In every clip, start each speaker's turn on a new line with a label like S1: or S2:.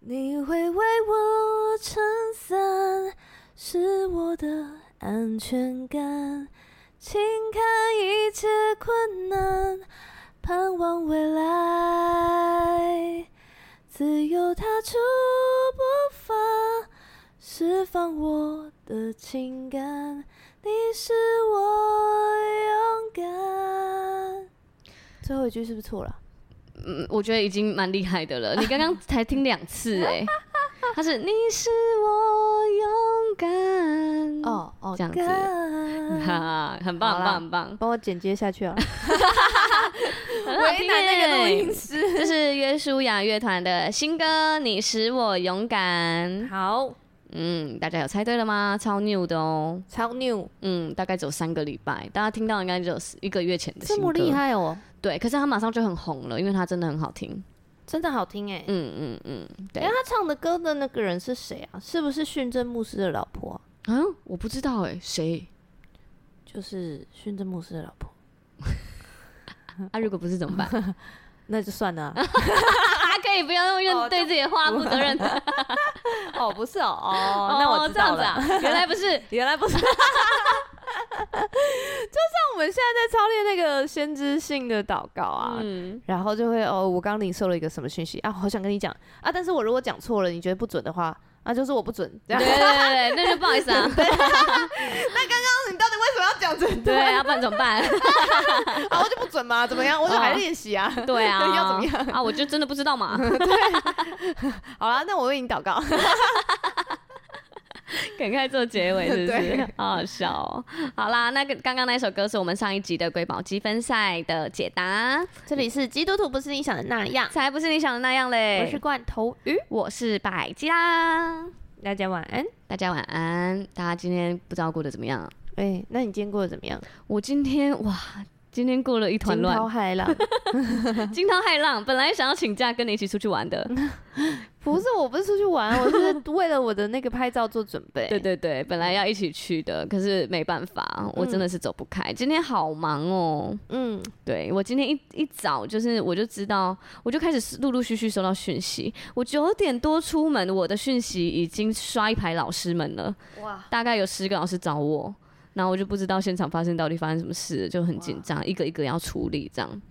S1: 你会为我撑伞，是我的安全感。请看一切困难，盼望未来，自由踏出步伐，释放我的情感。你是我勇敢。最后一句是不是错了？
S2: 嗯，我觉得已经蛮厉害的了。你刚刚才听两次哎、他是你是我勇敢，
S1: 哦哦，
S2: 这样子
S1: 干
S2: 哈哈，很 棒
S1: 好啦
S2: 很棒很棒，
S1: 帮我剪接下去啊！
S2: 很好
S1: 为
S2: 听
S1: 难那个录
S2: 耶
S1: 音师。
S2: 这是约书亚乐团的新歌《你使我勇敢》。
S1: 好，
S2: 嗯，大家有猜对了吗？超 new 的哦。
S1: 超 new，
S2: 嗯，大概只有三个礼拜，大家听到应该只有一个月前的新
S1: 这
S2: 歌。
S1: 么厉！害哦，
S2: 对，可是他马上就很红了，因为他真的很好听。
S1: 真的好听哎。
S2: 嗯嗯嗯，对。
S1: 哎，他唱的歌的那个人是谁啊？是不是训政牧师的老婆啊？
S2: 啊，我不知道哎、谁？
S1: 就是训政牧师的老婆，
S2: 啊，如果不是怎么办？
S1: 那就算了啊。
S2: 啊，可以不要用
S1: 哦
S2: 认对自己的话不责任。
S1: 哦，不是哦， 哦
S2: 哦，这样子啊， 原来不是。
S1: 原来不 是。就像我们现在在操练那个先知性的祷告啊，
S2: 嗯，
S1: 然后就会哦，我刚领受了一个什么讯息啊，好想跟你讲啊，但是我如果讲错了，你觉得不准的话，啊，就是我不 准。这
S2: 对
S1: 样，
S2: 对对，对那就不好意 思啊。
S1: 你到底为什么要讲准
S2: 对，要不然怎么 办？
S1: 啊，我就不准嘛，怎么样？我就还练习啊。
S2: 对啊，
S1: 要怎么样？
S2: 啊，我就真的不知道嘛。
S1: 好啦，那我为你祷告。
S2: 赶快做结尾，是不
S1: 对
S2: 是？好好笑哦。好啦，那个刚刚那首歌是我们上一集的瑰宝积分赛的解答，
S1: 这里是基督徒不是你想的那样，
S2: 才不是你想的那样嘞。
S1: 我是罐头鱼，
S2: 我是百佳，
S1: 大家晚安。
S2: 大家晚安。大家今天不知道过得怎么样？
S1: 哎、那你今天过得怎么样？
S2: 我今天哇。今天过了一团
S1: 惊
S2: 乱
S1: 涛，骇浪。
S2: 惊涛骇浪。本来想要请假跟你一起出去玩的，
S1: 不是，我不是出去玩，我是为了我的那个拍照做准备。
S2: 对对对，本来要一起去的，可是没办法，我真的是走不开。今天好忙哦，
S1: 嗯，
S2: 对我今天一一早就是我就知道，我就开始陆陆续续收到讯息。我九点多出门，我的讯息已经刷一排老师们了，
S1: 哇，
S2: 大概有十个老师找我，然后我就不知道现场发生到底发生什么事，就很紧张，一个一个要处理这样。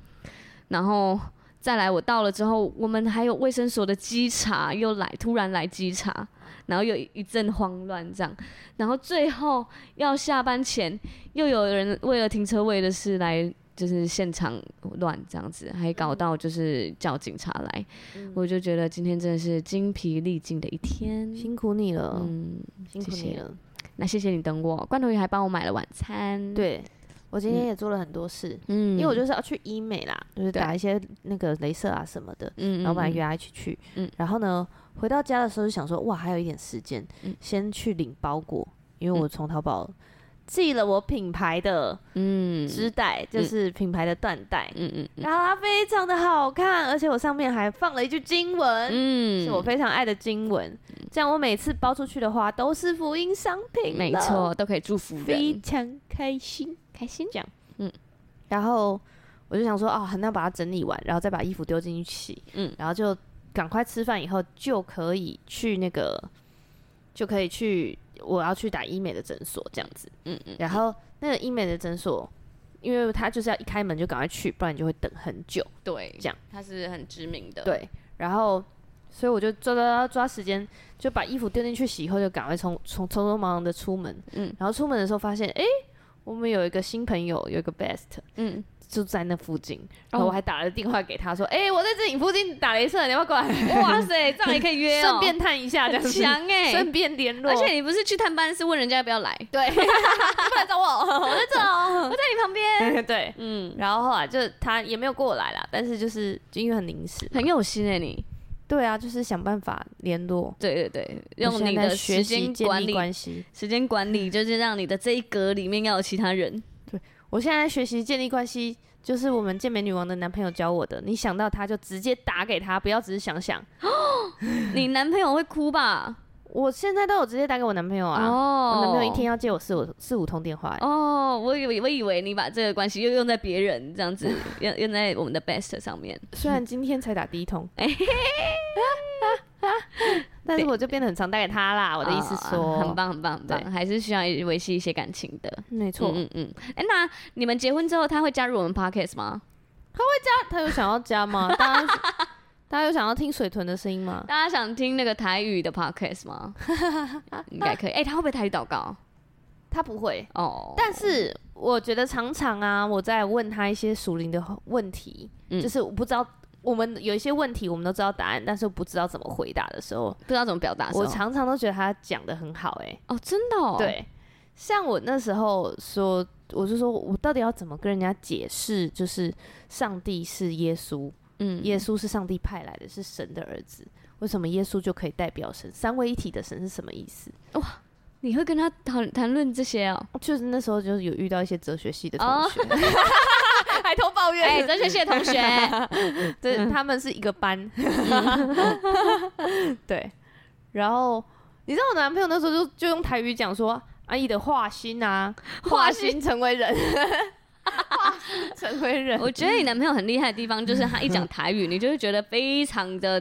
S2: 然后再来，我到了之后，我们还有卫生所的稽查又来，突然来稽查，然后又一阵慌乱这样。然后最后要下班前，又有人为了停车位的事来。就是现场乱这样子，还搞到就是叫警察来，
S1: 嗯
S2: 我就觉得今天真的是精疲力尽的一天。
S1: 辛苦你了，嗯
S2: 嗯，
S1: 辛苦
S2: 谢
S1: 你
S2: 谢
S1: 了。
S2: 那谢谢你等我，罐头鱼还帮我买了晚餐。，
S1: 对，我今天也做了很多事，
S2: 嗯
S1: 因为我就是要去医美啦，就是
S2: 对
S1: 打一些那个镭射啊什么的。
S2: 嗯
S1: 然后本来
S2: 嗯
S1: 约他一起去，
S2: 嗯
S1: 然后呢，回到家的时候就想说，哇，还有一点时间，
S2: 嗯
S1: 先去领包裹，因为我从淘宝寄了我品牌的
S2: 嗯
S1: 织带，就是品牌的缎带，
S2: 嗯嗯嗯
S1: 然后它非常的好看，而且我上面还放了一句经文，
S2: 嗯
S1: 是我非常爱的经文，这样我每次包出去的花都是福音商品，
S2: 没错，，都可以祝福
S1: 非
S2: 人，
S1: 常开心。
S2: 开心
S1: 这样
S2: 嗯，
S1: 然后我就想说，哦，那把它整理完，然后再把衣服丢进去洗，
S2: 嗯
S1: 然后就赶快吃饭以后就可以去那个，就可以去我要去打医美的诊所这样子，
S2: 嗯嗯，
S1: 然后那个医美的诊所，因为它就是要一开门就赶快去，不然你就会等很久，
S2: 对，
S1: 这样
S2: 他是很知名的，，
S1: 对，然后。所以我就抓抓抓时间，就把衣服丢进去洗以后，就赶快从从匆匆忙忙的出门。
S2: 嗯
S1: 然后出门的时候发现，诶，我们有一个新朋友，有一个 best，
S2: 嗯，
S1: 就在那附近，然
S2: 哦
S1: 后我还打了电话给他说：“哎、我在这里附近打雷射，你要不要过来？
S2: 哇塞，这样也可以约 哦，
S1: 顺便探一下，这样
S2: 很
S1: 子，
S2: 强哎，
S1: 顺便联络。”
S2: 而且你不是去探班，是问人家要不要来，
S1: 对，你不来找我， 我在这哦。
S2: 在你旁边，
S1: 对，
S2: 嗯，
S1: 然后后来就他也没有过来啦，但是就是就因为很临时，
S2: 很有心哎，你，
S1: 对啊，就是想办法联络，
S2: 对对对，
S1: 我
S2: 用
S1: 现
S2: 你
S1: 在
S2: 的
S1: 学
S2: 时
S1: 习
S2: 间
S1: 建
S2: 管
S1: 立
S2: 理，
S1: 关系。
S2: 时间管理就是让你的这一格里面要有其他人，
S1: 我现在学习建立关系，就是我们健美女王的男朋友教我的。你想到他就直接打给他，不要只是想想。
S2: 你男朋友会哭吧？
S1: 我现在都有直接打给我男朋友啊。
S2: 哦
S1: 我男朋友一天要接我四五四五通电话、欸，
S2: 哦，我以为我以为你把这个关系又用在别人这样子，
S1: 嗯
S2: 用用 在我们的 best 上面。
S1: 虽然今天才打第一通，但是我就变得很常带给他哦啦。我的意思
S2: 啊
S1: 说，
S2: 很，棒很棒很棒，
S1: 对
S2: 还是需要维系一些感情的。
S1: 没错。
S2: 嗯嗯嗯。哎、那你们结婚之后，他会加入我们 podcast 吗？
S1: 他他有想要加吗？大家有 大家有想要听水豚的声音吗？
S2: 大家想听那个台语的 podcast 吗？应该可以。哎、他会不会台语祷告？
S1: 他不会，
S2: 哦，
S1: 但是我觉得常常啊，我在问他一些属灵的问题，
S2: 嗯
S1: 就是我不知道。我们有一些问题，我们都知道答案，但是不知道怎么回答的时候，
S2: 不知道怎么表达的时候。
S1: 我常常都觉得他讲的很好、欸，
S2: 哦，真的哦。，
S1: 对，像我那时候说，我就说我到底要怎么跟人家解释，就是上帝是耶稣，
S2: 嗯
S1: 耶稣是上帝派来的，是神的儿子，为什么耶稣就可以代表神？三位一体的神是什么意思？
S2: 你会跟他谈谈论这 些哦。
S1: 就是那时候就是有遇到一些哲学系的同
S2: 哦
S1: 学，还偷抱 怨
S2: 哎、哲学系的同学，
S1: 对，他们是一个 班，对。然后你知道我男朋友那时候就就用台语讲说：“阿姨的化心啊，化
S2: 化
S1: 心成为 人，化心成为 人。”
S2: 我觉得你男朋友很厉害的地方就是他一讲台语，你就会觉得非常的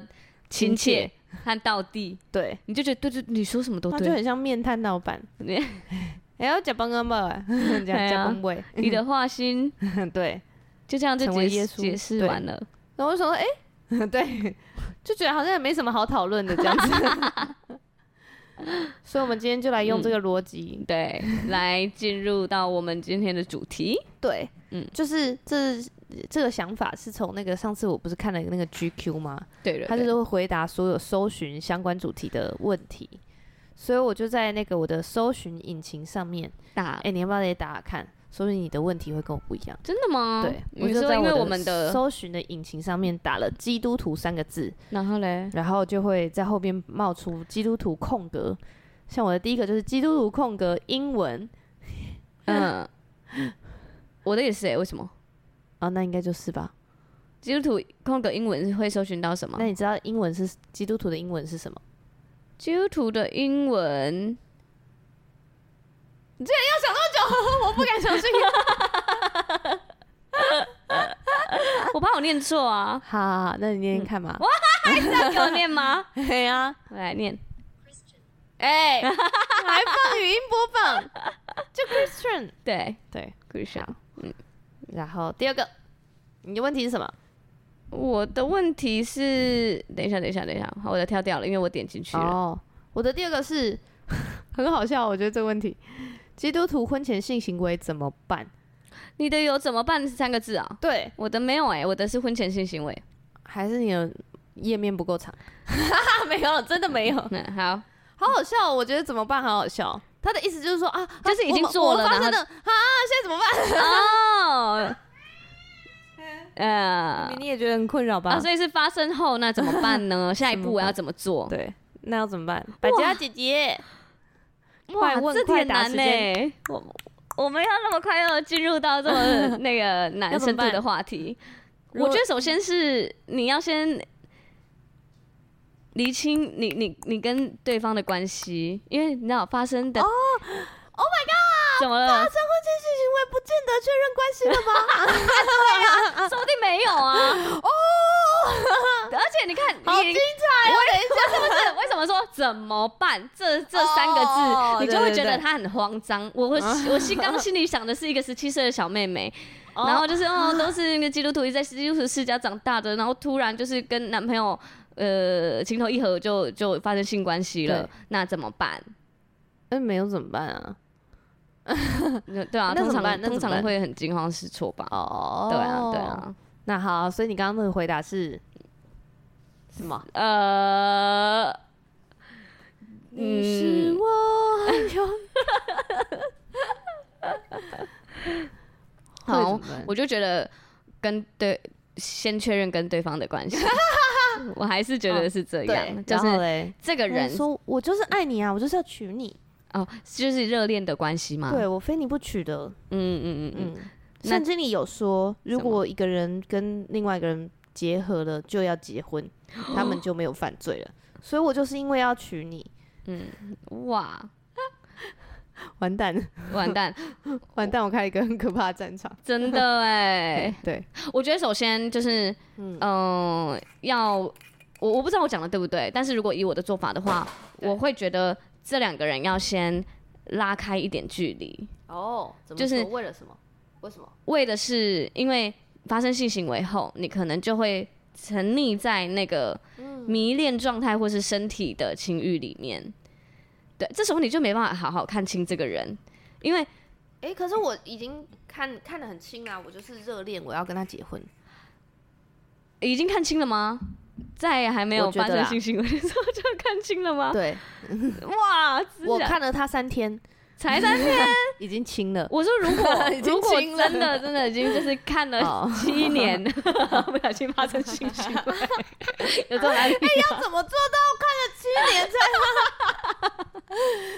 S1: 亲
S2: 亲
S1: 切
S2: 切和到地，
S1: 对，
S2: 你就觉得对对，你说什么都
S1: 他就
S2: 对。
S1: 很像面瘫老板，
S2: 你
S1: 哎，要假崩啊 吧，讲
S2: 对
S1: 假
S2: 啊
S1: 崩位，
S2: 你的话心
S1: 对。
S2: 就这样就
S1: 成为
S2: 解
S1: 耶
S2: 释
S1: 稣
S2: 解释
S1: 对
S2: 完了。
S1: 然后我就想说，哎， 对，就觉得好像也没什么好讨论的这样子。 所以，我们今天就来用这个逻辑，
S2: 对，来进入到我们今天的主题。
S1: 对，嗯
S2: 嗯，
S1: 就是这这个想法是从那个上次我不是看了那个 GQ 吗？
S2: 对对
S1: 他就是会回答所有搜寻相关主题的问题，所以我就在那个我的搜寻引擎上面，
S2: 打
S1: 哎、你要不要也打打看？说不定你的问题会跟我不一样。
S2: 真的吗？
S1: 对，我
S2: 嗯你
S1: 就
S2: 说
S1: 在
S2: 因为
S1: 我
S2: 我们的，
S1: 搜寻的引擎上面打了“基督徒”三个字，
S2: 然后嘞，
S1: 然后就会在后边冒出基督徒空格。像我的第一个就是基督徒空格英文
S2: 嗯， 我的也是哎，为什么？
S1: 啊、那应该就是吧？
S2: 基督徒空格英文会搜寻到什么
S1: 那？你知道英文是基督徒的英文是什么？
S2: 基督徒的英文，
S1: 不敢相信。，
S2: 我怕我念错啊
S1: 好 好好，那你念念看嘛。
S2: 要给我念吗？
S1: 对呀，
S2: 我来念，
S1: 哎，还放语音播放，就 Christian。
S2: 对，
S1: 对，
S2: 故事啊。
S1: 然后第二个，你的问题是什么？
S2: 我的问题是，等一下，等一下，等一下，好，我的跳掉了，因为我点进去了。
S1: 哦，我的第二个是 很好笑，我觉得这个问题，基督徒婚前性行为怎么办？
S2: 你的有怎么办三个字啊？
S1: 对，
S2: 我的没有哎、我的是婚前性行为。
S1: 还是你的页面不够长？ 没有，真的没有，
S2: 嗯，
S1: 啊
S2: 好，
S1: 好好笑，我觉得怎么办？好好笑。他的意思就是说啊，啊
S2: 就是已
S1: 我
S2: 经
S1: 们
S2: 做
S1: 我们
S2: 了
S1: 发
S2: 然后
S1: 生的啊，现在怎么办？
S2: 哦，呃，
S1: 你也觉得很困扰吧
S2: 啊，所以是发生后，那怎么 办呢？下一步我要怎么做？
S1: 对，那要怎么办？百家姐姐，快
S2: 哇，
S1: 问
S2: 这
S1: 快
S2: 点
S1: 答
S2: 难
S1: 时
S2: 呢、
S1: 间
S2: 我我们要那么快要进入到这 么那个
S1: 要
S2: 难
S1: 怎么
S2: 深度
S1: 办
S2: 的话题，
S1: 如
S2: 我
S1: 果
S2: 觉得首先是你要先厘清你你你跟对方的关系，因为你知道发生的哦，Oh my god，怎么了？
S1: 发生婚前性行为不见得确认关系了 吗？
S2: 说不定没有啊。 哦，而且你看，
S1: 好
S2: 你
S1: 精彩哦！等一下，
S2: 是不是为什么说怎么办这这三个字，
S1: 哦
S2: 你就会
S1: 对对
S2: 觉得
S1: 对
S2: 他很慌张。我会 我心刚心里想的是一个十七岁的小妹妹，
S1: 哦
S2: 然后就是哦，都是那个基督徒，一直在基督徒世家长大的，然后突然就是跟男朋友呃情投意合就就发生性关系了
S1: 对，
S2: 那怎么 办？
S1: 那哎没有怎么办啊？
S2: 那对啊，
S1: 那
S2: 通
S1: 怎么办
S2: 常
S1: 那怎么办
S2: 通常会很惊慌失措吧？
S1: 哦
S2: 对啊，对。啊，
S1: 那好，所以你刚刚的回答是什么？
S2: 呃，
S1: 你是我很勇会
S2: 好
S1: 怎么办
S2: 我就觉得跟对先确认跟对方的 关系，我还是觉得是这样，
S1: 哦对，
S2: 就
S1: 然后
S2: 是
S1: 嘞，
S2: 这个人
S1: 人说我就是爱你啊，我就是要娶你，
S2: 哦，就是热恋的关系嘛。
S1: 对我非你不娶的。
S2: 嗯嗯嗯嗯，
S1: 嗯，
S2: 那
S1: 圣经里有说，如
S2: 什么
S1: 果一个人跟另外一个人结合了，就要结 婚，他们就没有犯罪了。所以我就是因为要娶你，嗯
S2: 哇，
S1: 完蛋，
S2: 完蛋，
S1: 完蛋，我开了一个很可怕的战场。
S2: 真的哎、
S1: 对，
S2: 呃我觉得首先就是，嗯、要我我不知道我讲的对不对，但是如果以我的做法的话，
S1: 对
S2: 我会觉得这两个人要先拉开一点距离，
S1: 哦，怎么
S2: 就是
S1: 说为了什么？为什么？
S2: 为的是因为发生性行为后，你可能就会沉溺在那个
S1: 嗯
S2: 迷恋状态或是身体的情欲里面。对，这时候你就没办法好好看清这个人，因为
S1: 哎、可是我已经看看得很清啊，我就是热恋，我要跟他结婚。
S2: 已经看清了吗？在还没有
S1: 我觉
S2: 发
S1: 得
S2: 生
S1: 啦
S2: 性行为的时候就看清了吗？
S1: 对，
S2: 哇，真
S1: 我
S2: 的
S1: 看了他三天，
S2: 才三天，
S1: 已经清了。
S2: 我说如果
S1: 已经
S2: 如果
S1: 亲了
S2: 真的真的已经就是看了
S1: 哦
S2: 七年，不小心发生性行为，有这么难听吗
S1: 要怎么做到看了七年才？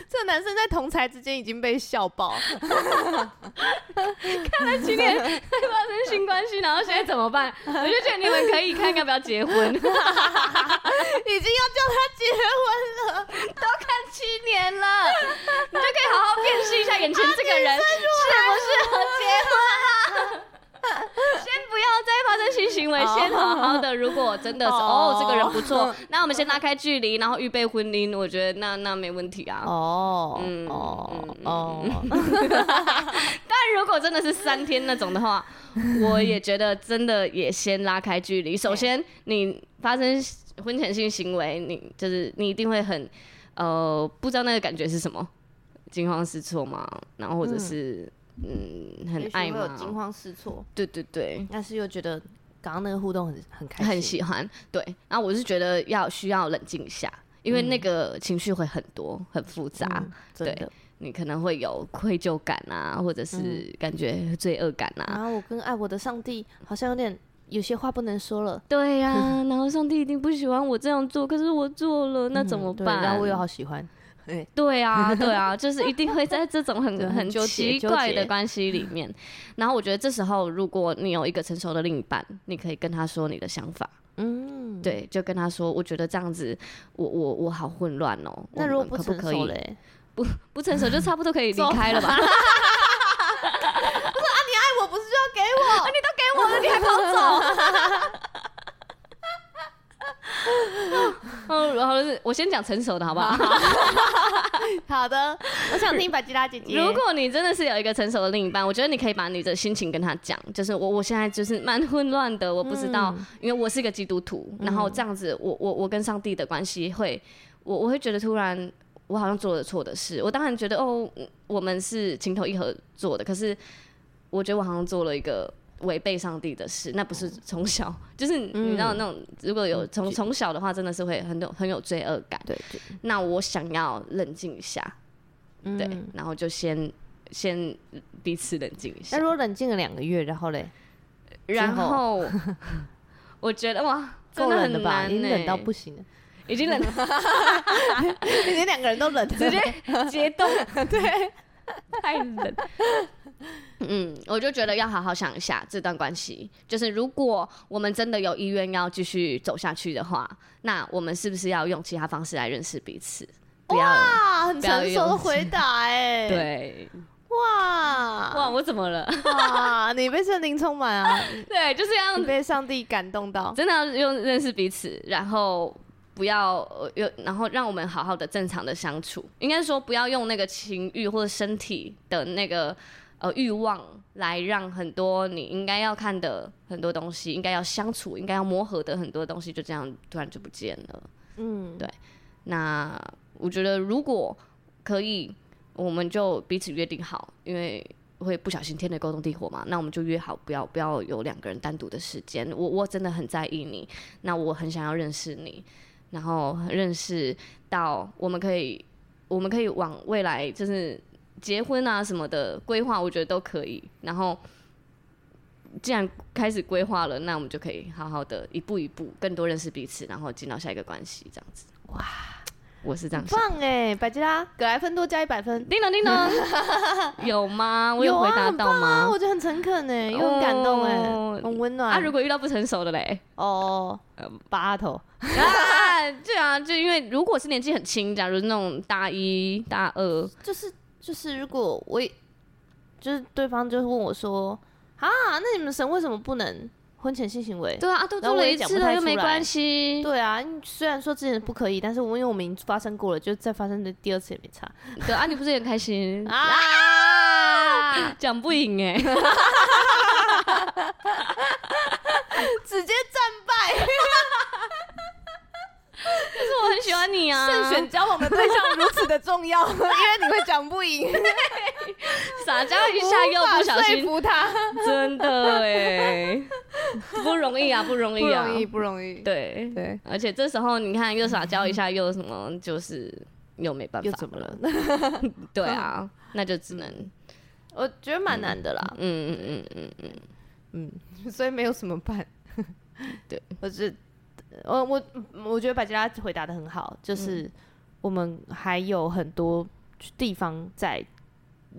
S1: 这男生在同才之间已经被笑爆，
S2: 今天才发生性关系，然后现在怎 么办？我就觉得你们可以看要不要结婚，都
S1: 已经要叫他结婚了。
S2: 看七年了，你就可以好好辨识一下眼前这
S1: 啊
S2: 个人适不适合结婚啦。 先不要再发生性行为，先好好的。如果真的是哦
S1: 哦，
S2: 这个人不错，那我们先拉开距离，然后预备婚姻，我觉得那那没问题啊。
S1: 哦
S2: 嗯
S1: 哦
S2: 嗯
S1: 哦，
S2: 但如果真的是三天那种的话，我也觉得真的也先拉开距 离。首先，你发生婚前性行为，你就是你一定会很呃不知道那个感觉是什么，惊慌失措嘛，然后或者是嗯很
S1: 也许
S2: 爱
S1: 会有惊
S2: 嘛，
S1: 慌失措，
S2: 对对对，
S1: 但是又觉得刚刚那个互动很 很开心，
S2: 很喜欢。对，然后我是觉得要需要冷静一下。因为那个情绪会很多，很复杂，
S1: 嗯真
S2: 对
S1: 的。
S2: 你可能会有愧疚感啊，或者
S1: 嗯
S2: 是感觉罪恶感啊，
S1: 然后我跟爱我的上帝好像有点有些话不能说了，
S2: 对呀、 然后上帝一定不喜欢我这样做，可是我做了，那怎么
S1: 嗯对
S2: 办？
S1: 然后我又好喜欢，
S2: 对啊，对 啊，就是一定会在这种
S1: 对
S2: 很
S1: 很
S2: 很
S1: 纠结
S2: 奇
S1: 纠
S2: 怪的
S1: 结
S2: 关系里 面。然后我觉得这时候，如果你有一个成熟的另一半，你可以跟他说你的想法，
S1: 嗯，。
S2: 对，就跟他说，我觉得这样子，我我我好混乱哦。
S1: 那
S2: 我
S1: 如果
S2: 们
S1: 不
S2: 可
S1: 成
S2: 不可
S1: 熟
S2: 以？
S1: 嘞，
S2: 不成熟就差不多可以离
S1: 走
S2: 开了吧？
S1: 我不是就要给我？你都给我了，你还跑
S2: 嗯， 然后是我先讲成熟的好不好？
S1: 好的，我想听百吉拉姐姐。
S2: 如果你真的是有一个成熟的另一半，我觉得你可以把你的心情跟他讲，就是我我现在就是蛮混乱的，我不知道，因为我是一个基督徒，然后这样子我，我我跟上帝的关系会，我我会觉得突然我好像做了错的事，我当然觉得哦，嗯我们是情投意合做的，可是我觉得我好像做了一个。违背上帝的事，那不是从小，就是你知道那种，如果有从从小的话，真的是会很有很有罪恶感。
S1: 对对，
S2: 那我想要冷静一下，对，
S1: 嗯
S2: 然后就先先彼此冷静一
S1: 那
S2: 下
S1: 如，果冷静了两个月，然后嘞，
S2: 然
S1: 之
S2: 后我觉得哇，真
S1: 够
S2: 的
S1: 冷
S2: 很
S1: 了吧？
S2: 难、
S1: 已
S2: 欸，
S1: 经冷到不行了，
S2: 已经冷
S1: 已经两个人都冷
S2: 直
S1: 直
S2: 接结冻，对，太冷。 嗯，我就觉得要好好想一下这段关系，就是如果我们真的有意愿要继续走下去的话，那我们是不是要用其他方式来认识彼此？不要
S1: 哇，很
S2: 不要
S1: 成熟
S2: 用
S1: 的回答哎，，
S2: 对，哇，
S1: 哇
S2: 我怎么了？
S1: 哇，你被圣灵充满啊，
S2: 对，就是要
S1: 你被上帝感动到，
S2: 真的要用认识彼此，然后不要呃有，然后让我们好好的正常的相处。应该说不要用那个情欲或者身体的那个呃欲望来让很多你应该要看的很多东西，应该要相处，应该要磨合的很多东西，就这样突然就不见了。
S1: 嗯，
S2: 那我觉得如果可以，我们就彼此约定好，因为会不小心天雷勾动地火嘛。那我们就约好，不要不要有两个人单独的时间。我我真的很在意你，那我很想要认识你，然后认识到我们可以，我们可以往未来就是结婚啊什么的规划，我觉得都可以。然后。既然开始规划了，那我们就可以好好的一步一步，更多认识彼此，然后进到下一个关系，这样子。
S1: 哇，
S2: 我是这样想。
S1: 棒哎，百吉拉，葛莱芬多加一百分。
S2: 叮咚叮咚， 有吗？我有
S1: 有
S2: 回
S1: 啊
S2: 答到吗
S1: 啊，？我觉得很诚恳哎，又很感动
S2: 哦
S1: 哎，很温暖。
S2: 啊，如果遇到不成熟的 嘞，
S1: 哦，
S2: 呃
S1: 八头，
S2: 啊，对啊，就因为如果是年纪很轻，假如那种大一、大二，
S1: 就是就是，如果我也就是对方就问我说啊，那你们神为什么不能婚前性行为。
S2: 对啊，都
S1: 然后
S2: 做
S1: 我
S2: 了
S1: 也
S2: 一
S1: 讲
S2: 次
S1: 不
S2: 了
S1: 太
S2: 又
S1: 出
S2: 没
S1: 来
S2: 关系，
S1: 对啊，因为虽然说之前不可以，但是我因为我们已经发生过了，就再发生的第二次也没差
S2: 对 啊，你不是也很开心？
S1: 啊，
S2: 讲不赢 哎、欸，
S1: 直接战
S2: 但是我很喜欢你啊，
S1: 胜选交往的对象如此的重 要，因为你会讲不赢，
S2: 撒娇一下又不小
S1: 无法说
S2: 心，
S1: 服他，
S2: 真的哎、 不容易啊，不容易啊，
S1: 不容易，
S2: 对，
S1: 对，
S2: 而且这时候你看又撒娇一下又什么，就是又没办法，
S1: 又怎么 了？？
S2: 对
S1: 嗯
S2: 啊，那就只能
S1: 我觉得蛮难的啦，
S2: 嗯嗯嗯嗯嗯，
S1: 嗯所以没有什么 办。
S2: 对，
S1: 我只我我我觉得百吉拉回答的很好，
S2: 嗯
S1: 就是我们还有很多地方在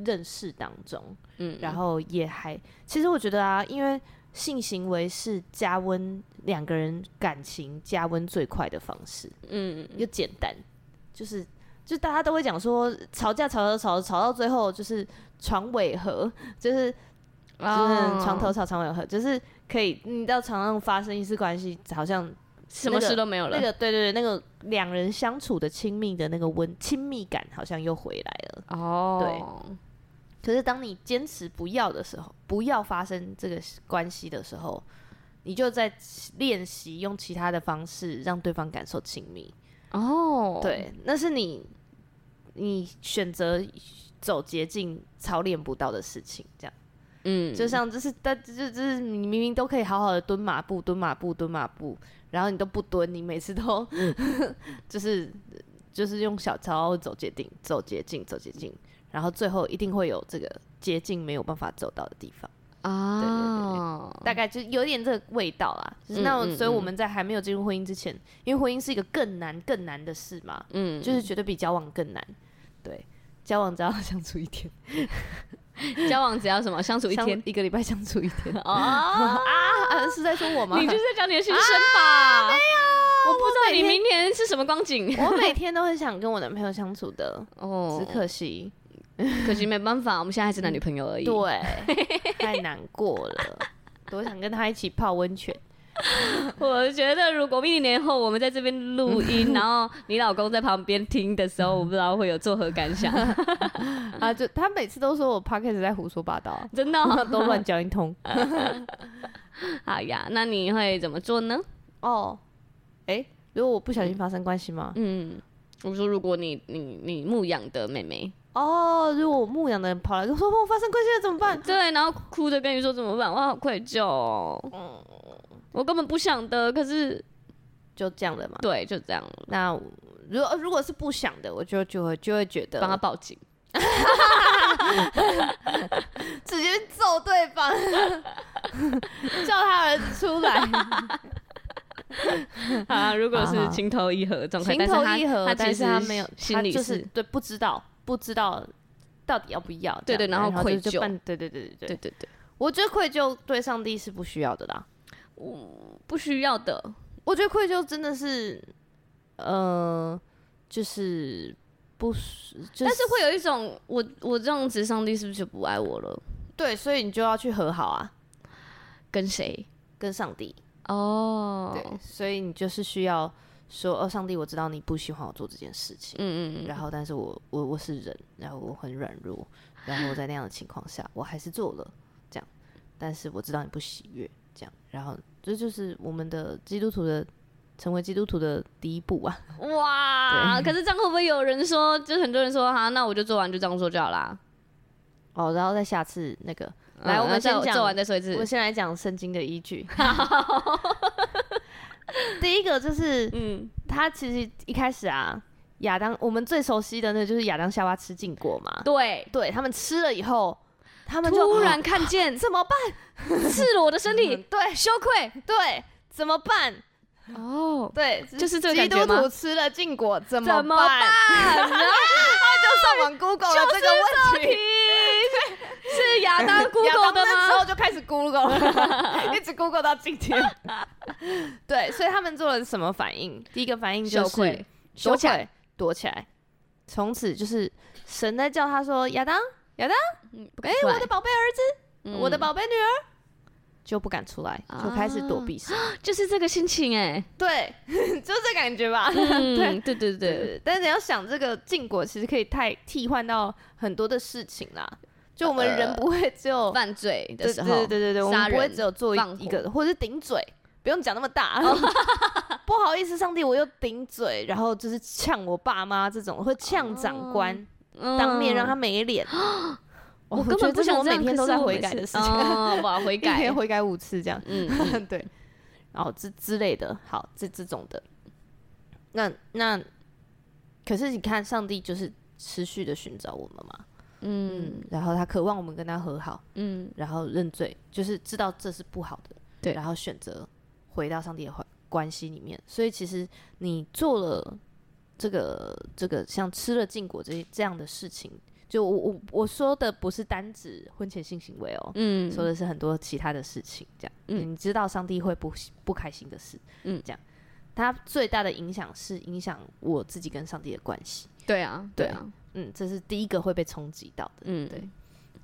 S1: 认识当中，
S2: 嗯
S1: 然后也还其实我觉得啊，因为性行为是加温两个人感情加温最快的方式，
S2: 嗯
S1: 又简单，就是。就大家都会讲说，吵架吵吵吵吵到最后就是床尾和，就是
S2: 哦
S1: 就是床头吵床尾和，就是可以你到床上发生一次关系，好像
S2: 什么事都没有了，
S1: 那个对对对，那个两人相处的亲密的那个温亲密感好像又回来了。
S2: 哦，
S1: 可是当你坚持不要的时候，不要发生这个关系的时候，你就在练习用其他的方式让对方感受亲密。
S2: 哦，，
S1: 对，那是你你选择走捷径操练不到的事情，这样。
S2: 嗯，
S1: 就像就是但就是就是你明明都可以好好的蹲马步、蹲马步、蹲马步，然后你都不蹲，你每次都、
S2: 嗯
S1: 就是就是用小招走捷径、走捷径、走捷径，然后最后一定会有这个捷径没有办法走到的地方，
S2: 啊，
S1: 大概就有点这个味道啦。就是那我、
S2: 嗯嗯
S1: 所以我
S2: 嗯
S1: 们在还没有进入婚姻之前，因为婚姻是一个更难更难的事嘛，
S2: 嗯，
S1: 就是觉得比交往更难，对。交往只要相处一 天，
S2: 交往只要什么相处一
S1: 相
S2: 天
S1: 一个礼拜相处一天
S2: 哦，
S1: 啊？是在说我吗？
S2: 你就是在讲你的心声吧？
S1: 啊
S2: 没有，我不知道你
S1: 每天
S2: 明年是什么光景
S1: 我每天都很想跟我男朋友相处的，
S2: 哦
S1: 只，可惜，
S2: 可惜没办法，我们现在还是男女朋友而已。
S1: 对，太难过了。多想跟他一起泡温泉，
S2: 我觉得如果一年后我们在这边录 音，然后你老公在旁边听的时候，我不知道会有作何感想，
S1: 啊！就他每次都说我 p o d c a s 在胡说八道，啊
S2: 真的哦。
S1: 都乱讲一 通。
S2: 好呀，那你会怎么做呢？
S1: 哦，哎，如果我不小心发生关系吗？
S2: 嗯，我说如果你你你牧养的妹妹，
S1: 哦，如果我牧羊的人跑来跟我说我发生关系了怎么办？
S2: 对，然后哭着跟你说怎么办，我好愧疚、哦，我根本不想的，可是
S1: 就这样的嘛。
S2: 对，就这样了，
S1: 那我如果如果是不想的，我就就会就会觉得
S2: 帮他报 警。
S1: 直接揍对方， 叫他儿子出来。
S2: 啊，如果
S1: 好
S2: 是
S1: 好
S2: 情投意合的状态，
S1: 情
S2: 但是
S1: 投
S2: 他
S1: 意合，
S2: 他其
S1: 但
S2: 实
S1: 是他没有，
S2: 心里
S1: 他就是对不知道，不知道到底要不要这样，
S2: 对对然
S1: 然
S2: 后愧
S1: 就就
S2: 疚
S1: 办对对对对
S2: 对
S1: 对，
S2: 对对，
S1: 我觉得愧疚对上帝是不需要的啦，
S2: 不需要的，
S1: 我觉得愧疚真的是，呃，就是不是，就
S2: 但是会有一种我我这样子，上帝是不是就不爱我了？
S1: 对，所以你就要去和好啊，
S2: 跟谁？
S1: 跟上帝，
S2: 哦，
S1: 对，所以你就是需要说，哦，上帝，我知道你不喜欢我做这件事情。
S2: 嗯嗯嗯，
S1: 然后，但是我我我是人，然后我很软弱，然后我在那样的情况下，我还是做了这样，但是我知道你不喜悦，这样，然后这就是我们的基督徒的成为基督徒的第一步啊。
S2: 哇！可是这样会不会有人说，就是很多人说，哈，那我就做完就这样说就好啦。
S1: 哦，然后再下次那个，
S2: 嗯
S1: 来我们
S2: 那再
S1: 先讲
S2: 做完再说一
S1: 我
S2: 次。
S1: 先来讲圣经的依 据。第一个就是
S2: 嗯，
S1: 他其实一开始啊，亚当我们最熟悉的那就是亚当夏娃吃禁果嘛，
S2: 对。
S1: 对他们吃了以后，他们就啊
S2: 突然看见嗯
S1: 怎么办？
S2: 赤裸的身体，
S1: 对，
S2: 羞愧。
S1: 对，怎么办？
S2: 哦，
S1: 对，
S2: 就是这个
S1: 基
S2: 感觉
S1: 督
S2: 吗
S1: 徒吃了禁果怎
S2: 怎么
S1: 么
S2: 办？
S1: 他就上网 Google 了这个问题。
S2: 是亚当
S1: 亚当
S2: Google 的
S1: 那之
S2: 吗？
S1: 后就开始 Google 了，一直 Google 到今天。对，所以他们做了什么反应？第一个反应就
S2: 羞
S1: 是
S2: 愧，
S1: 羞
S2: 躲起来
S1: 愧，躲起来。从此就是神在叫他说：“亚当，
S2: 嗯，
S1: 嗯哎、我的宝贝儿子，我的宝贝女儿，就不敢出来，就开始躲避谁。
S2: 就是这个心情哎、
S1: 对， 就这感觉吧。
S2: 嗯，对对
S1: 对
S2: 对，
S1: 但是你要想，这个禁果其实可以太替换到很多的事情啦。就我们人不会只有、
S2: 呃犯罪的
S1: 对
S2: 时
S1: 对
S2: 候，
S1: 对对对，我
S2: 杀
S1: 们不会
S2: 人
S1: 只有做
S2: 放哦
S1: 一一个，或者是顶嘴，不用讲那么大。 不好意思，上帝，我又顶嘴，然后就是呛我爸妈这种，会呛长官，
S2: 嗯
S1: 当面让他没脸。
S2: 我根本不
S1: 想，
S2: 想
S1: 我
S2: 这
S1: 每
S2: 样，
S1: 天
S2: 可
S1: 都
S2: 是
S1: 在
S2: 我
S1: 悔
S2: 每
S1: 改
S2: 次
S1: 的事情。
S2: 哦，我 要悔
S1: 一
S2: 改
S1: 天，悔改五次这样，
S2: 嗯， 嗯
S1: 对，然后之之类的，好，这这种的，那那，可是你看，上帝就是持续的寻找我们嘛，
S2: 嗯
S1: 然后他渴望我们跟他和好，
S2: 嗯，
S1: 然后认罪，就是知道这是不好的，
S2: 对
S1: 然后选择回到上帝的环关系里面，所以其实你做了这个这个像吃了禁果这这样的事情，就我我我说的不是单指婚前性行为哦，
S2: 嗯
S1: 说的是很多其他的事情，这样，
S2: 嗯
S1: 你知道上帝会不不开心的事，
S2: 嗯
S1: 这样，它最大的影响是影响我自己跟上帝的关系，
S2: 对啊，对啊，
S1: 嗯，这是第一个会被冲击到的，
S2: 嗯，
S1: 对